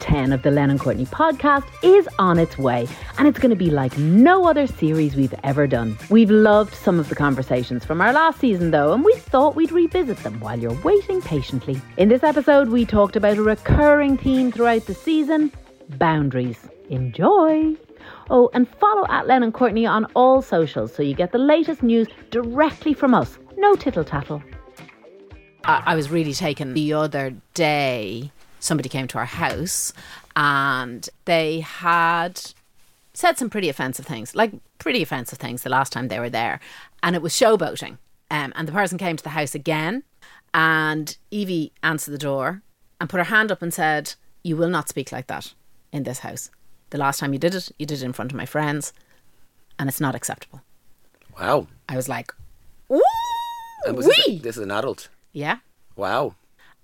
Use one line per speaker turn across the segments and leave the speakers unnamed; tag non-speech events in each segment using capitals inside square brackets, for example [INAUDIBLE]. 10 of the Len and Courtney podcast is on its way, and it's going to be like no other series we've ever done. We've loved some of the conversations from our last season, though, and we thought we'd revisit them while you're waiting patiently. In this episode, we talked about a recurring theme throughout the season boundaries. Enjoy! Oh, and follow at Len and Courtney on all socials so you get the latest news directly from us. No tittle tattle.
I, I was really taken the other day. Somebody came to our house and they had said some pretty offensive things, like pretty offensive things the last time they were there. And it was showboating. Um, and the person came to the house again. And Evie answered the door and put her hand up and said, You will not speak like that in this house. The last time you did it, you did it in front of my friends. And it's not acceptable.
Wow.
I was like, Ooh!
And was
Wee!
this, this is an adult.
Yeah.
Wow.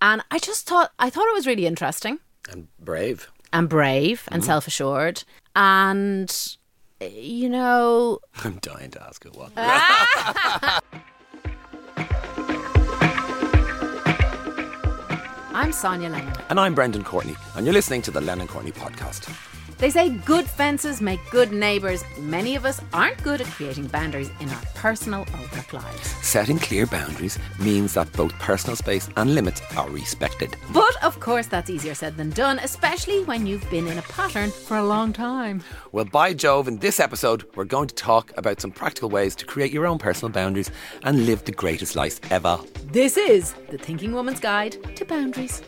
And I just thought I thought it was really interesting
And brave.
and brave and self assured. And uh, you know,
[LAUGHS] I'm dying to ask her what.
I'm Sonia Lennon.
And I'm Brendan Courtney, and you're listening to the Lennon Courtney podcast.
They say good fences make good neighbours. Many of us aren't good at creating boundaries in our personal or work lives.
Setting clear boundaries means that both personal space and limits are respected.
But of course, that's easier said than done, especially when you've been in a pattern for a long time.
Well, by Jove, in this episode, we're going to talk about some practical ways to create your own personal boundaries and live the greatest life ever.
This is the Thinking Woman's Guide to Boundaries.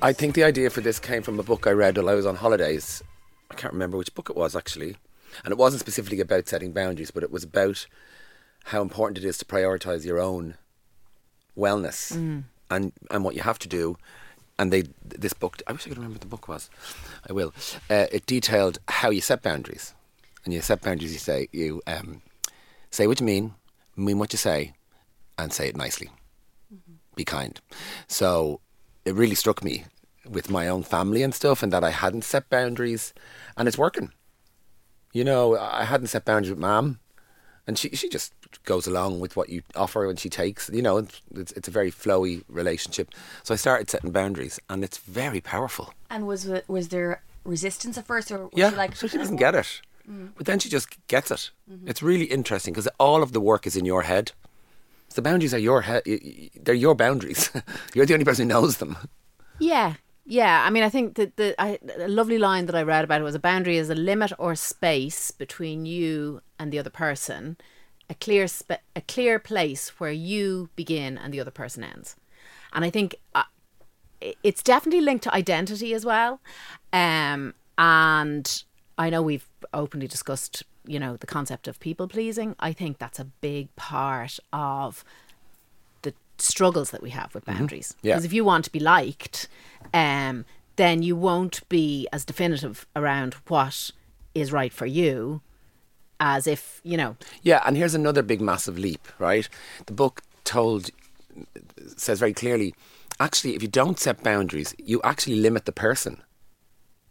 I think the idea for this came from a book I read while I was on holidays. I can't remember which book it was actually. And it wasn't specifically about setting boundaries, but it was about how important it is to prioritize your own wellness and, and what you have to do. And they this book I wish I could remember what the book was. I will. Uh, it detailed how you set boundaries. And you set boundaries you say you um, say what you mean, mean what you say, and say it nicely be kind. So it really struck me with my own family and stuff, and that I hadn't set boundaries, and it's working. You know, I hadn't set boundaries with mom, and she she just goes along with what you offer and she takes. You know, and it's it's a very flowy relationship. So I started setting boundaries, and it's very powerful.
And was was there resistance at first, or was
Yeah,
she like
so she doesn't get it, but then she just gets it. It's really interesting because all of the work is in your head. So the boundaries are your head; they're your boundaries. [LAUGHS] You're the only person who knows them.
Yeah, yeah. I mean, I think that the I, a lovely line that I read about it was a boundary is a limit or space between you and the other person, a clear sp- a clear place where you begin and the other person ends. And I think uh, i- it's definitely linked to identity as well. Um, and I know we've openly discussed, you know, the concept of people pleasing. I think that's a big part of the struggles that we have with boundaries.
Yeah.
Because if you want to be liked, um, then you won't be as definitive around what is right for you as if, you know,
Yeah, and here's another big massive leap, right? The book told says very clearly, actually if you don't set boundaries, you actually limit the person.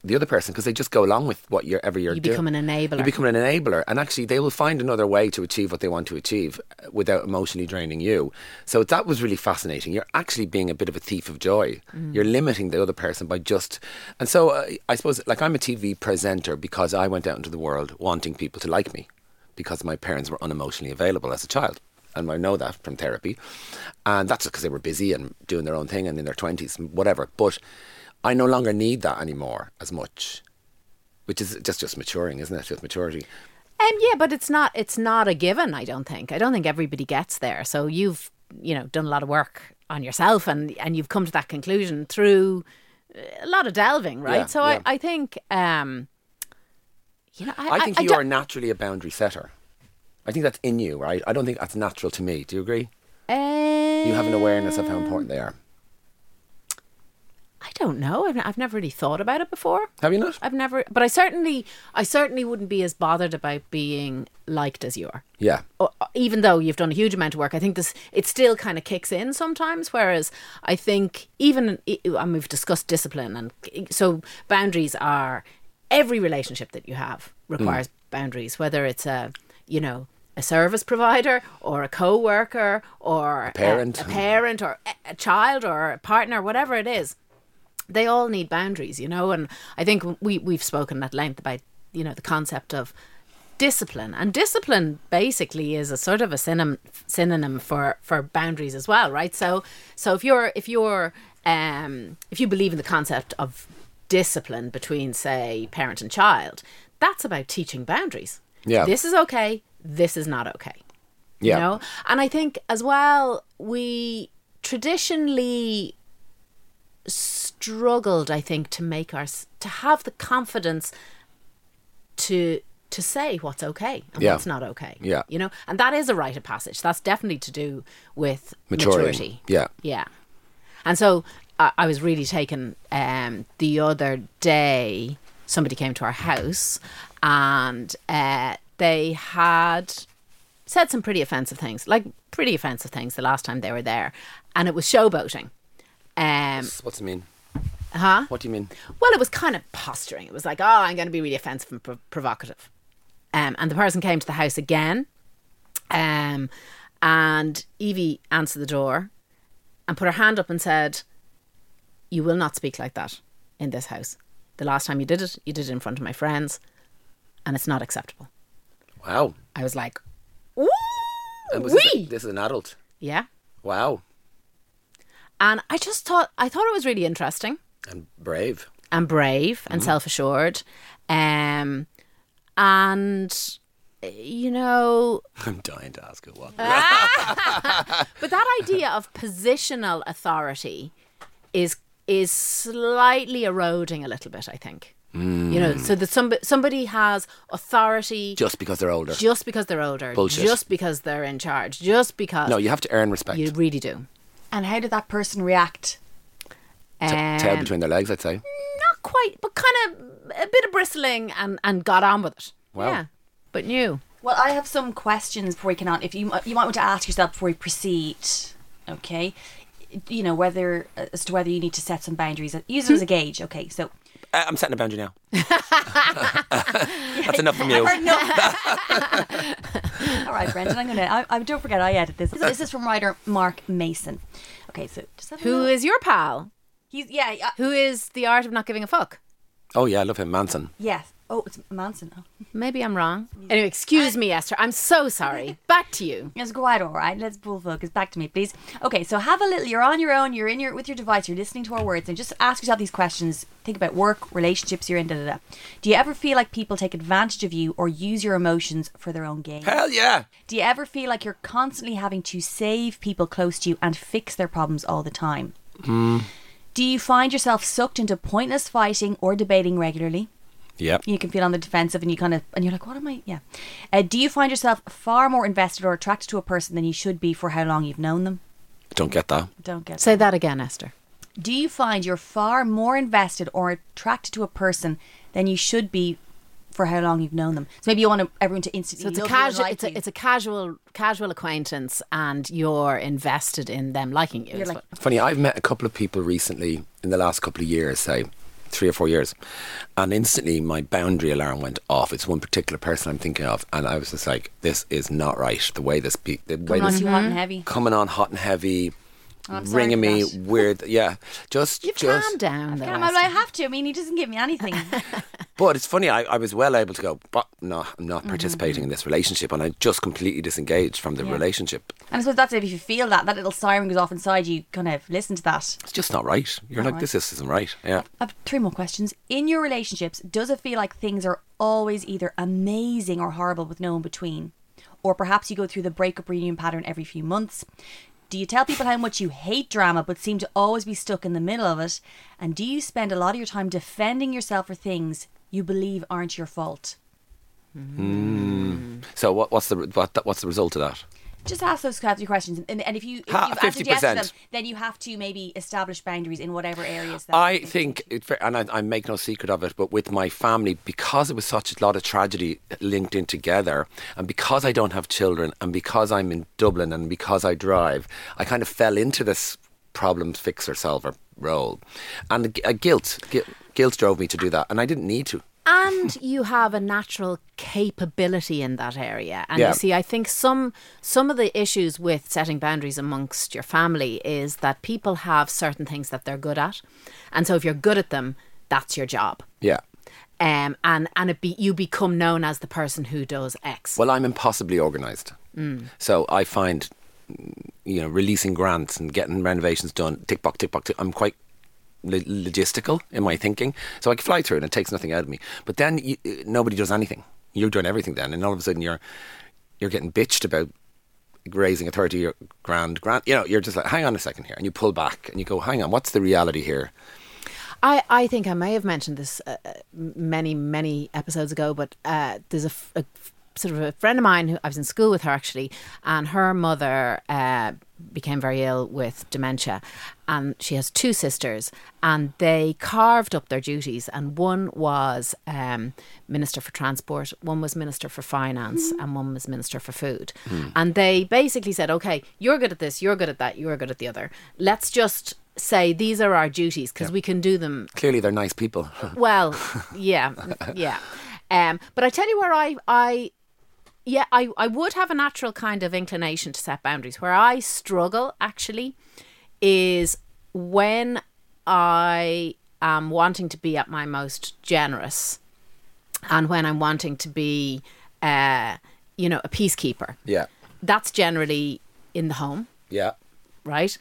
The other person, because they just go along with what you're ever you're
You
doing.
become an enabler.
You become an enabler, and actually they will find another way to achieve what they want to achieve uh, without emotionally draining you. So that was really fascinating. You're actually being a bit of a thief of joy. You're limiting the other person by just, and so uh, I suppose like I'm a TV presenter because I went out into the world wanting people to like me because my parents were unemotionally available as a child. And I know that from therapy. And that's because they were busy and doing their own thing and in their 20s, and whatever. But I no longer need that anymore as much, which is just, just maturing, isn't it? Just maturity.
Um, yeah, but it's not it's not a given. I don't think. I don't think everybody gets there. So you've you know done a lot of work on yourself, and and you've come to that conclusion through uh, a lot of delving, right?
Yeah,
so
yeah.
I I think um, you know I,
I think you
don't-
are naturally a boundary setter. I think that's in you, right? I don't think that's natural to me. Do you agree?
uh,
You have an awareness of how important they are.
I don't know. I've, I've never really thought about it before.
Have you not?
I've never, but I certainly I certainly wouldn't be as bothered about being liked as you are.
Yeah.
or- uh, even though you've done a huge amount of work, I think this it still kind of kicks in sometimes. Whereas I think even and we've discussed discipline and e, so boundaries are every relationship that you have requires boundaries, whether it's a you know a service provider or a co-worker or a
parent.
a, parent or a, a child or a partner, whatever it is. they all need boundaries, you know. And I think we we've spoken at length about you know the concept of discipline, and discipline basically is a sort of a synonym synonym for for boundaries as well, right? So so if you're if you're um, if you believe in the concept of discipline between say parent and child, that's about teaching boundaries.
Yeah.
this is okay. This is not okay.
Yeah.
You know? And I think as well, we traditionally struggled, I think, to make our to have the confidence to to say what's okay and
Yeah.
what's not okay.
Yeah.
You know? And that is a rite of passage. That's definitely to do with
Maturing.
maturity.
Yeah.
Yeah. And so I, I was really taken um, the other day. Somebody came to our house and uh, they had said some pretty offensive things, like pretty offensive things the last time they were there. And it was showboating. Um,
What's it mean?
huh?
What do you mean?
Well, it was kind of posturing. It was like, oh, I'm going to be really offensive and pro- provocative. Um, and the person came to the house again. Um, and Evie answered the door and put her hand up and said, You will not speak like that in this house. The last time you did it, you did it in front of my friends, and it's not acceptable.
Wow.
I was like, Ooh!
And was
Wee!
this, this is an adult.
Yeah.
Wow.
And I just thought, I thought it was really interesting.
And brave. [LAUGHS]
and brave
Mm.
and self assured. Um, and you know,
I'm dying to ask her what.
Uh, but
[LAUGHS]
that idea of positional authority is is slightly eroding a little bit. I think you know, so that somebody somebody has authority. Just-
Just because they're older.
because they're older,
Bullshit.
just because they're in charge, just because
no, you have to earn respect.
you really do.
And how did that person react?
Um,
Tail between their legs, I'd say.
not quite, but kind of a bit of bristling, and and got on with it.
Wow.
Yeah, but new.
Well, I have some questions before we can on. If you you might want to ask yourself before we proceed, okay? You know whether uh, as to whether you need to set some boundaries. uh, Use it as a gauge, okay? So
Uh, I'm setting a boundary
[LAUGHS]
now. That's enough from you.
[LAUGHS] All right, Brendan, I'm gonna. I, I don't forget I edit this. So this is from writer Mark Mason. Okay, so just have a
Who
look.
is your pal?
He's yeah, yeah,
Who is the art of not giving a fuck?
Oh yeah, I love him, Manson.
yes. Oh, it's Manson. Oh.
Maybe I'm wrong. Anyway, excuse me, Esther. I'm so [LAUGHS] sorry. Back to you.
It's quite all right. Let's pull focus back to me, please. Okay, so have a little. You're on your own. You're in your with your device. You're listening to our words, and just ask yourself these questions. Think about work, relationships you're in. Da da da. Do you ever feel like people take advantage of you or use your emotions for their own gain?
Hell yeah.
Do you ever feel like you're constantly having to save people close to you and fix their problems all the time? Do you find yourself sucked into pointless fighting or debating regularly?
Yeah.
You can feel on the defensive and you kind of, and you're like, what am I? Yeah. Uh, do you find yourself far more invested or attracted to a person than you should be for how long you've known them?
Don't get that.
Don't get
Say that again, Esther.
Do you find you're far more invested or attracted to a person than you should be for how long you've known them? So maybe you want to, everyone to instantly
So it's a
love you and
casual,
like
it's
you.
a, it's a casual, casual acquaintance, and you're invested in them liking you.
You're
is
like,
what-
Funny, I've met a couple of people recently in the last couple of years, say three or four years, and instantly my boundary alarm went off. It's one particular person I'm thinking of, and I was just like, "This is not right." The way this, pe- the way
Come on,
this
you hot
Mm-hmm.
and heavy.
coming on hot and heavy,
I'm sorry
ringing
for
me
that.
weird. Yeah, just
You've
just.
calmed down, though.
Yeah, well,
Esther.
I have to. I mean, he doesn't give me
[LAUGHS]
anything.
But it's funny. I, I was well able to go, but no, I'm not participating in this relationship, and I just completely disengaged from the relationship.
And I suppose that's it. If you feel that, that little siren goes off inside you, kind of listen to that.
It's just not right. You're like, this, this isn't right. Yeah.
I've three more questions. In your relationships, does it feel like things are always either amazing or horrible with no in between? Or perhaps you go through the breakup reunion pattern every few months? Do you tell people how much you hate drama but seem to always be stuck in the middle of it? And do you spend a lot of your time defending yourself for things you believe aren't your fault?
So what, what's the what, what's the result of that?
Just ask those kinds of questions, and, and if you if
Ha-
you've answered yes to
50%.
them, then you have to maybe establish boundaries in whatever areas. That
I think, it, fa- and I, I make no secret of it, but with my family, because it was such a lot of tragedy linked in together, and because I don't have children, and because I'm in Dublin, and because I drive, I kind of fell into this problem fixer solver role, and a, guilt, gu- guilt drove me to do that, and I didn't need to.
and [LAUGHS] you have a natural capability in that area and
Yeah.
you see i think some some of the issues with setting boundaries amongst your family is that people have certain things that they're good at and so if you're good at them that's your job
Yeah.
um, and and it be, you become known as the person who does x
Well, I'm impossibly organised. So I find, mm, you know, releasing grants and getting renovations done, tick box, tick box, tick, I'm quite lo- logistical in my thinking. So I can fly through it and it takes nothing out of me. But then you, uh, nobody does anything. You're doing everything then. And all of a sudden you're, you're getting bitched about raising a 30 year grand grant. You know, you're just like, hang on a second here. And you pull back and you go, hang on, what's the reality here?
I, I think I may have mentioned this uh, uh, many, many episodes ago, but uh, there's a, f- a f- sort of a friend of mine who I was in school with her actually, and her mother uh, became very ill with dementia. And she has two sisters, and they carved up their duties. And one was um, Minister for Transport, one was Minister for Finance, and one was Minister for Food. And they basically said, okay, you're good at this, you're good at that, you're good at the other. Let's just say these are our duties because we can do them
Clearly they're nice people. [LAUGHS]
well yeah yeah um but i tell you where i i yeah i i would have a natural kind of inclination to set boundaries where i struggle actually is when i am wanting to be at my most generous and when i'm wanting to be uh you know a peacekeeper
yeah.
that's generally in the home
Yeah.
right?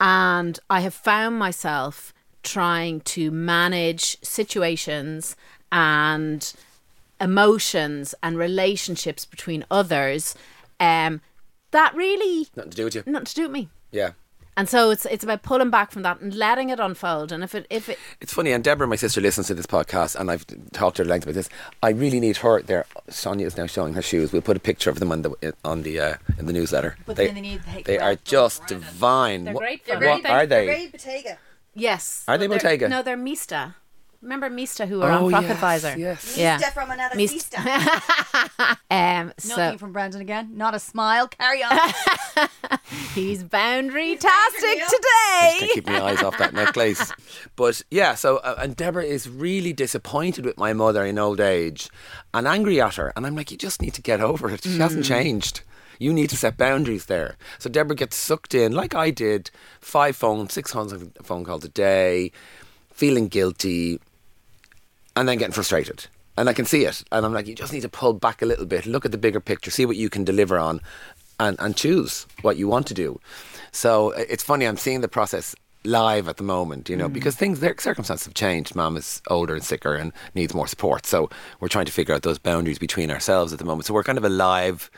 And I have found myself trying to manage situations and emotions and relationships between others um, that really
Nothing to do with you.
not to do with me.
Yeah.
And so it's it's about pulling back from that and letting it unfold. And if it if it
It's funny, and Deborah, my sister, listens to this podcast, and I've talked to her at length about this. I really need her there. Sonia is now showing her shoes. We'll put a picture of them on the on the uh, in the newsletter.
But then they need to take
they
the
are
red
just
ones around it.
divine.
They're
what
great fun.
what
They're
are they?
Very Bottega.
yes,
Are they
Well, they're-
Bottega?
No, they're Mista. Remember Mista, who are
Oh,
on Rock
yes,
Advisor?
yes.
yeah.
Mista from another
Mista.
Mista.
[LAUGHS] Um,
Nothing
so
from Brandon again. Not a smile.
[LAUGHS]
Carry on.
he's boundary tastic
boundary-tastic.
today.
Just Can't keep my eyes off that necklace. But yeah, so uh, and Deborah is really disappointed with my mother in old age, and angry at her. And I'm like, you just need to get over it. She hasn't changed. You need to set boundaries there. So Deborah gets sucked in, like I did, five phone, six phone phone calls a day, feeling guilty, and then getting frustrated. And I can see it. And I'm like, you just need to pull back a little bit, look at the bigger picture, see what you can deliver on, and, and choose what you want to do. So i- it's funny, I'm seeing the process live at the moment, you
Mm.
know, because things, their circumstances have changed. Mom is older and sicker and needs more support. So we're trying to figure out those boundaries between ourselves at the moment. So we're kind of a live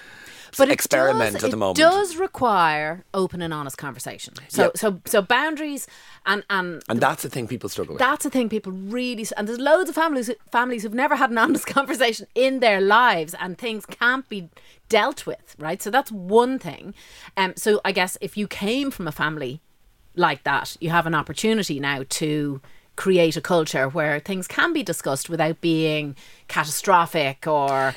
s-
but it
experiment
does,
at the moment.
It does require open and honest conversation. So
Yep.
so so boundaries and and
And that's the thing people struggle with.
that's a thing people really and there's loads of families families who've never had an [LAUGHS] honest conversation in their lives and things can't be dealt with, right? So that's one thing. Um so I guess if you came from a family like that, you have an opportunity now to create a culture where things can be discussed without being catastrophic or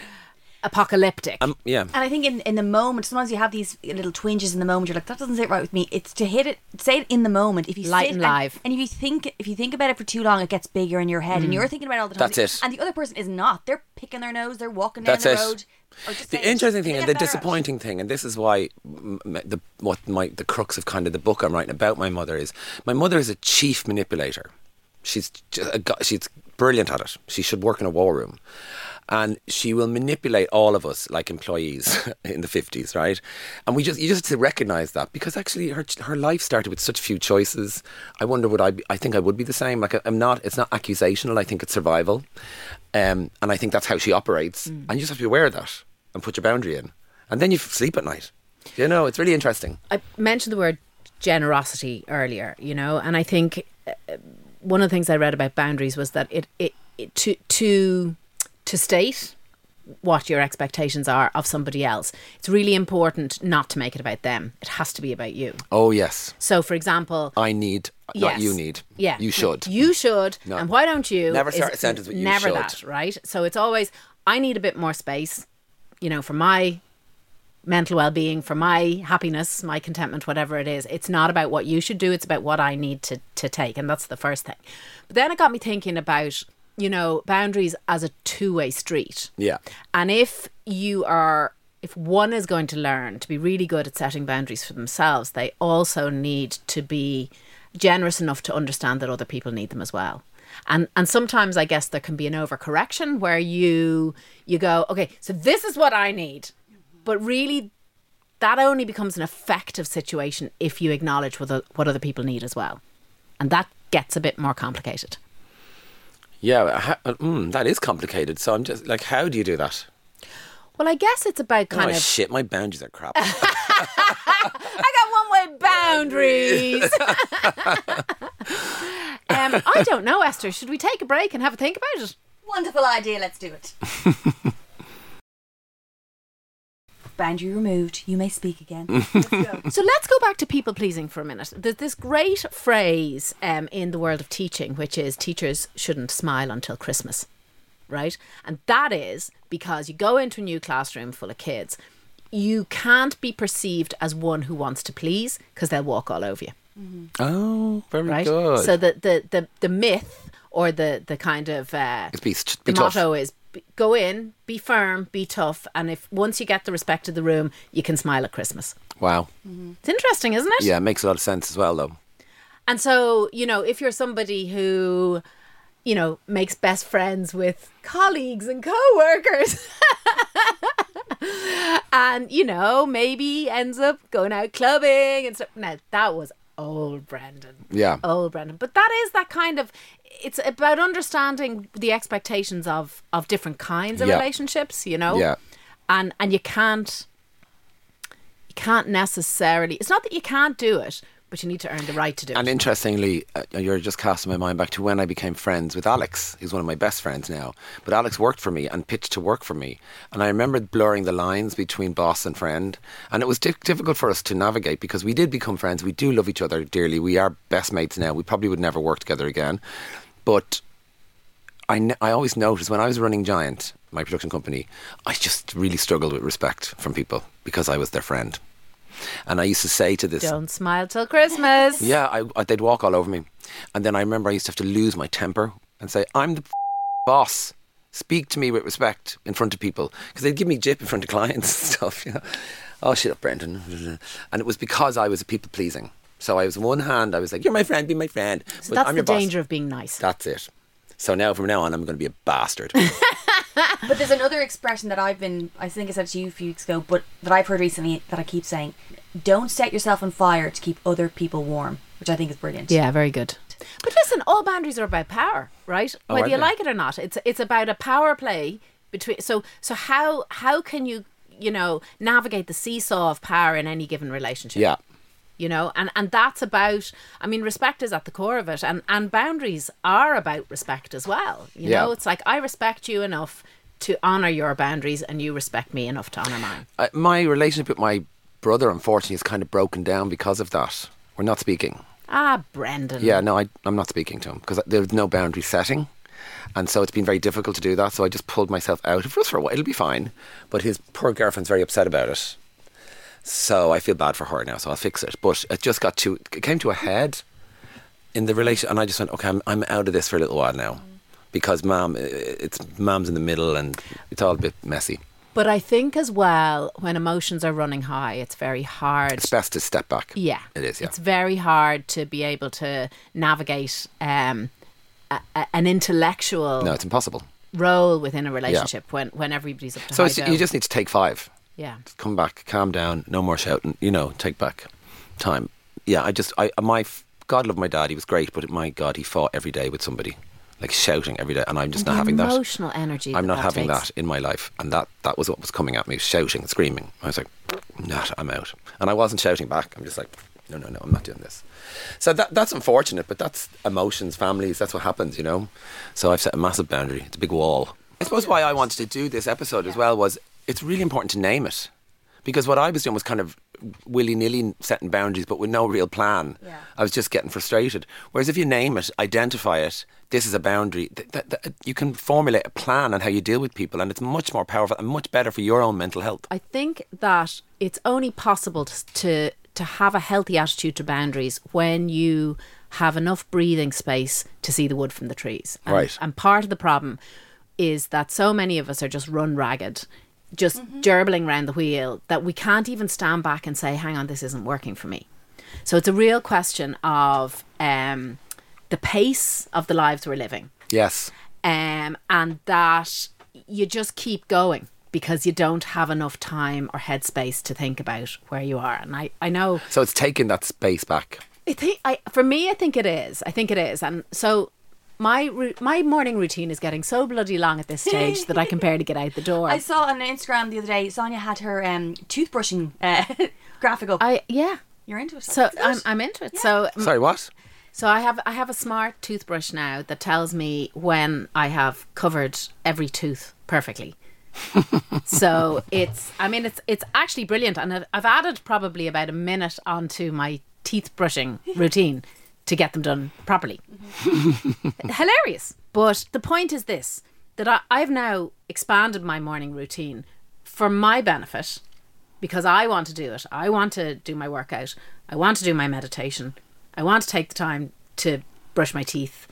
apocalyptic.
Um, yeah.
And I think in, in the moment, sometimes you have these little twinges in the moment. You're like, that doesn't sit right with me. It's to hit it, say it in the moment. If you
Light
sit
and live.
and if you think if you think about it for too long, it gets bigger in your head, and you're thinking about it all the time.
Mm. That's it.
And the other person is not. They're picking their nose. They're walking down
That's
the
it.
road. or just
the
saying,
interesting thing
"Can I
and the
get better at it?"
disappointing thing and this is why m- m- the what my the crux of kind of the book I'm writing about my mother is my mother is a chief manipulator she's ju- a, go- she's brilliant at it she should work in a war room and she will manipulate all of us like employees [LAUGHS] in the 50s right and we just you just have to recognize that because actually her ch- her life started with such few choices i wonder would i be, i think i would be the same like I, i'm not it's not accusational i think it's survival um, and I think that's how she operates. And you just have to be aware of that and put your boundary in. And then you f- sleep at night. You know, it's really interesting.
I mentioned the word generosity earlier, you know, and I think uh, one of the things I read about boundaries was that it, it, it to to to state what your expectations are of somebody else. It's really important not to make it about them. It has to be about you.
Oh, yes.
So, for example,
I need,
Yes.
not you need.
Yeah.
You should.
You should.
No.
And why don't you?
Never
is
start a sentence with you
Never
should.
that, right? So it's always, I need a bit more space, you know, for my mental well being, for my happiness, my contentment, whatever it is. It's not about what you should do, it's about what I need to, to take. And that's the first thing. But then it got me thinking about you know, boundaries as a two way street.
Yeah.
And if you are, if one is going to learn to be really good at setting boundaries for themselves, they also need to be generous enough to understand that other people need them as well. And and sometimes I guess there can be an overcorrection where you you go, okay, so this is what I need, but really that only becomes an effective situation if you acknowledge what o- what other people need as well, and that gets a bit more complicated.
Yeah. How, mm, that is complicated. So I'm just like, how do you do that?
Well, I guess it's about kind
oh,
of
shit, my boundaries are
[LAUGHS]
crap.
I got one way boundaries. [LAUGHS] um, I don't know, Esther. Should we take a break and have a think about it?
Wonderful idea, let's do
[LAUGHS]
it. Boundary removed, you may speak again.
[LAUGHS] So let's go back to people pleasing for a minute. There's this great phrase um, in the world of teaching, which is teachers shouldn't smile until Christmas, right? And that is because you go into a new classroom full of kids, you can't be perceived as one who wants to please because they'll walk all over you.
oh, very
right?
good.
So the, the the the myth or the the kind of uh,
It's be st-
the
be tough.
motto is b- go in, be firm, be tough, and if once you get the respect of the room, you can smile at Christmas.
wow.
It's interesting, isn't it?
Yeah, it makes a lot of sense as well, though.
And so you know, if you're somebody who you know makes best friends with colleagues and co-workers [LAUGHS] and you know maybe ends up going out clubbing and stuff now that was old brendan
Yeah.
Oh, Brendan. But that is that kind of it's about understanding the expectations of of different kinds of
Yeah.
relationships, you know?
Yeah.
And and you can't you can't necessarily it's not that you can't do it, but you need to earn the right to do
And
it.
interestingly, uh, you're just casting my mind back to when I became friends with Alex, who's one of my best friends now. But Alex worked for me and pitched to work for me. And I remember blurring the lines between boss and friend. And it was di- difficult for us to navigate because we did become friends. We do love each other dearly. We are best mates now. We probably would never work together again. But I, n- I always noticed when I was running Giant, my production company, I just really struggled with respect from people because I was their friend. And I used to say to this
Don't smile till Christmas.
[LAUGHS] yeah, I, I, they'd walk all over me. And then I remember I used to have to lose my temper and say, I'm the [LAUGHS] f- boss. Speak to me with respect in front of people. Because they'd give me jip in front of clients and [LAUGHS] stuff, you know. Oh, shit up, Brendan. And it was because I was a people pleasing. So I was, on one hand, I was like, you're my friend, be my friend.
So that's
I'm
the
your boss.
danger of being nice.
That's it. So now, from now on, I'm going to be a bastard.
[LAUGHS]
But there's another expression that I've been, I think I said to you a few weeks ago, but that I've heard recently that I keep saying, don't set yourself on fire to keep other people warm, which I think is brilliant.
Yeah, very good. But listen, all boundaries are about power, right?
Oh,
Whether
are
you
they?
like it or not, it's it's about a power play between. So so how how can you you know navigate the seesaw of power in any given relationship?
yeah.
you know, and and that's about. I mean, respect is at the core of it, and and boundaries are about respect as well. You
Yeah.
know, it's like I respect you enough to honor your boundaries, and you respect me enough to honor mine.
I, my relationship with my brother, unfortunately, is kind of broken down because of that. We're not speaking.
Ah, Brendan.
Yeah, no, I, I'm not speaking to him because there's no boundary setting. And so it's been very difficult to do that. So I just pulled myself out of it for a while. It'll be fine. But his poor girlfriend's very upset about it. So I feel bad for her now. So I'll fix it. But it just got to, it came to a head in the relation. And I just went, okay, I'm, I'm out of this for a little while now. Because mom, it's mom's in the middle and it's all a bit messy.
But I think as well, when emotions are running high, it's very hard
It's best to step back.
Yeah,
It is, yeah.
It's very hard to be able to navigate um, a, a, an intellectual
no, it's impossible.
role within a relationship when when everybody's up to
So
high
it's,
go.
you just need to take five.
yeah.
come back, calm down, no more shouting, you know, take back time. Yeah, I just, I, my, f- God love my dad, he was great, but my God, he fought every day with somebody, like shouting every day, and I'm just
The
not having that.
emotional energy.
I'm
that
not
that
having
takes.
that in my life, and that, that was what was coming at me, shouting, screaming. I was like, not, I'm out. And I wasn't shouting back, I'm just like, no, no, no, I'm not doing this. So that, that's unfortunate, but that's emotions, families, that's what happens, you know? So I've set a massive boundary, it's a big wall. I suppose why I wanted to do this episode as well was it's really important to name it because what I was doing was kind of willy nilly setting boundaries, but with no real plan.
Yeah.
I was just getting frustrated. Whereas if you name it, identify it, this is a boundary, th- th- th- you can formulate a plan on how you deal with people, and it's much more powerful and much better for your own mental health.
I think that it's only possible to, to to have a healthy attitude to boundaries when you have enough breathing space to see the wood from the trees. And,
Right.
And part of the problem is that so many of us are just run ragged, just gerbling round the wheel, that we can't even stand back and say, hang on, this isn't working for me. So it's a real question of um, the pace of the lives we're living
Yes.
um, and that you just keep going because you don't have enough time or headspace to think about where you are. And I, I know,
So it's taking that space back.
I think, I, for me, I think it is. I think it is. And so my ru- my morning routine is getting so bloody long at this stage that I can barely get out the door.
[LAUGHS] I saw on Instagram the other day, Sonia had her um, toothbrushing uh, [LAUGHS] graphic up.
I- yeah.
You're into it.
So I'm, I'm into it. So
Sorry, what?
So I have I have a smart toothbrush now that tells me when I have covered every tooth perfectly. so it's I mean it's it's actually brilliant and I've, I've added probably about a minute onto my teeth brushing routine to get them done properly. Hilarious. But the point is this that I, I've now expanded my morning routine for my benefit because I want to do it. I want to do my workout. I want to do my meditation. I want to take the time to brush my teeth.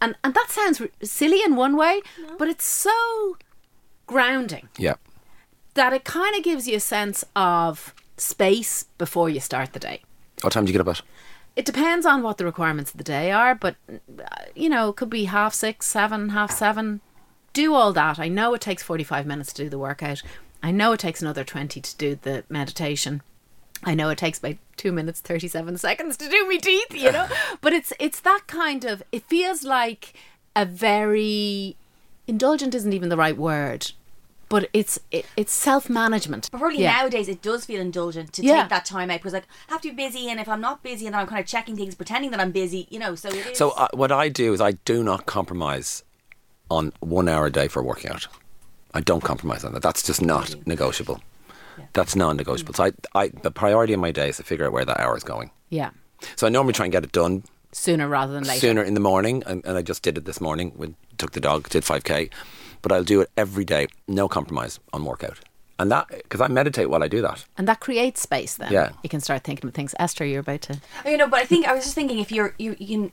And and that sounds r- silly in one way, but it's so grounding
Yeah.
that it kind of gives you a sense of space before you start the day.
What time do you get up at?
It depends on what the requirements of the day are, but uh, you know, it could be half six, seven, half seven. Do all that. I know it takes 45 minutes to do the workout. I know it takes another 20 to do the meditation. I know it takes about two minutes, 37 seconds to do me teeth, you know, but it's, it's that kind of, it feels like a very, indulgent isn't even the right word, but it's, it, it's self-management.
But probably
Yeah.
nowadays it does feel indulgent to
Yeah.
take that time out because like I have to be busy and if I'm not busy and then I'm kind of checking things, pretending that I'm busy, you know. So it is.
So uh, what I do is I do not compromise on one hour a day for working out. I don't compromise on that. That's just not negotiable. That's non-negotiable. So I, I, the priority of my day is to figure out where that hour is going.
Yeah.
So I normally try and get it done
Sooner rather than later.
sooner in the morning, and, and I just did it this morning. We took the dog, did 5k, but I'll do it every day, no compromise on workout, and that because I meditate while I do that.
and that creates space then
Yeah.
you can start thinking of things esther you're about to
Oh, you know, but I think I was just thinking if you're you you can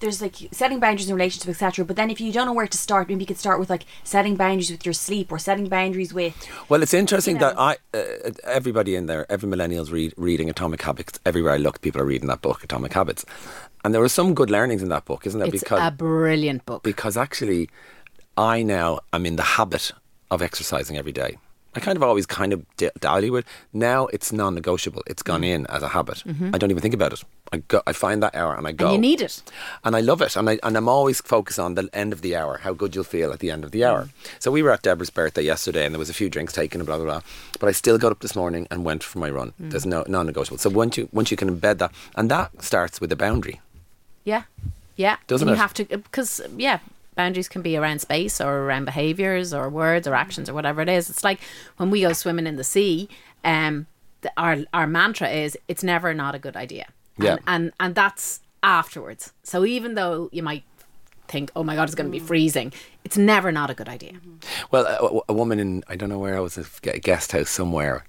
there's like setting boundaries in relationships, etc. But then if you don't know where to start, maybe you could start with like setting boundaries with your sleep or setting boundaries with
Well, it's interesting that I, uh, everybody in there, every millennials read reading Atomic Habits. Everywhere I look, people are reading that book, Atomic Habits, and there were some good learnings in that book, isn't there?
it's a brilliant book
because actually, I now am in the habit of exercising every day. I kind of always kind of d- dally with. Now it's non-negotiable. It's gone
Mm.
in as a habit. I don't even think about it. I go, I find that hour and I go.
Mm-hmm. and you need it
And I love it. And, I, and I'm always focused on the end of the hour, how good you'll feel at the end of
Mm.
the hour. So we were at Deborah's birthday yesterday and there was a few drinks taken and blah, blah, blah. But I still got up this morning and went for my run.
Mm.
There's no non-negotiable. So once you, once you can embed that, and that starts with a boundary.
yeah yeah
Doesn't
and
it?
you have to because yeah boundaries can be around space or around behaviors or words or actions or whatever it is it's like when we go swimming in the sea um the, our our mantra is it's never not a good idea
Yeah.
and, and and that's afterwards so even though you might think oh my god it's going to be freezing it's never not a good idea
Mm-hmm. Well, a- a, a woman in I don't know where I was a f- a guest house somewhere,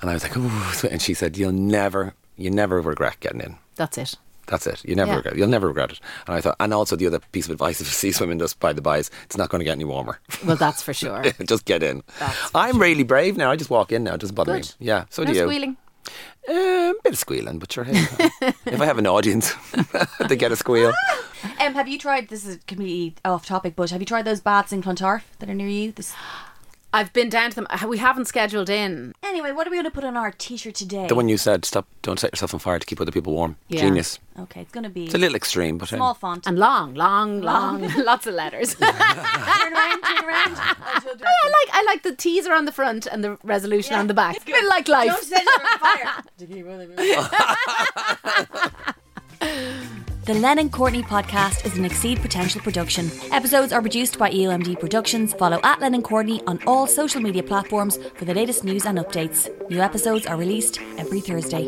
and I was like, Ooh, and she said, "You'll never, you never regret getting in.
that's it
That's it. You never
Yeah.
regret. You'll never regret it." And I thought, and also the other piece of advice [LAUGHS] if you see swimming just by the by is, it's not going to get any warmer. [LAUGHS]
well that's for sure
just get in. I'm really brave now. I just walk in now. It doesn't bother
Good.
me. [LAUGHS] Yeah. So
no
do you?
squealing
Um, bit of squealing, but sure.
[LAUGHS]
Hey, if I have an audience, [LAUGHS] they get a squeal.
Um, have you tried? This is completely off topic, but have you tried those baths in Clontarf that are near you? This
I've been down to them. Uh, We haven't scheduled in.
anyway. What are we going to put on our T-shirt today?
The one you said, stop, don't set yourself on fire to keep other people warm.
Yeah.
Genius.
Okay, it's going to be
It's a little extreme, but hey.
small font.
And long, long, long, [LAUGHS] lots of letters. I
turn around, turn
[LAUGHS]
around. Oh, don't do that.
like I like the teaser on the front and the resolution on the back. It's been like
Don't
life.
set it on fire. The Len and Courtney podcast is an Exceed Potential production. Episodes are produced by E EOMD Productions. Follow at Len and Courtney on all social media platforms for the latest news and updates. New episodes are released every Thursday.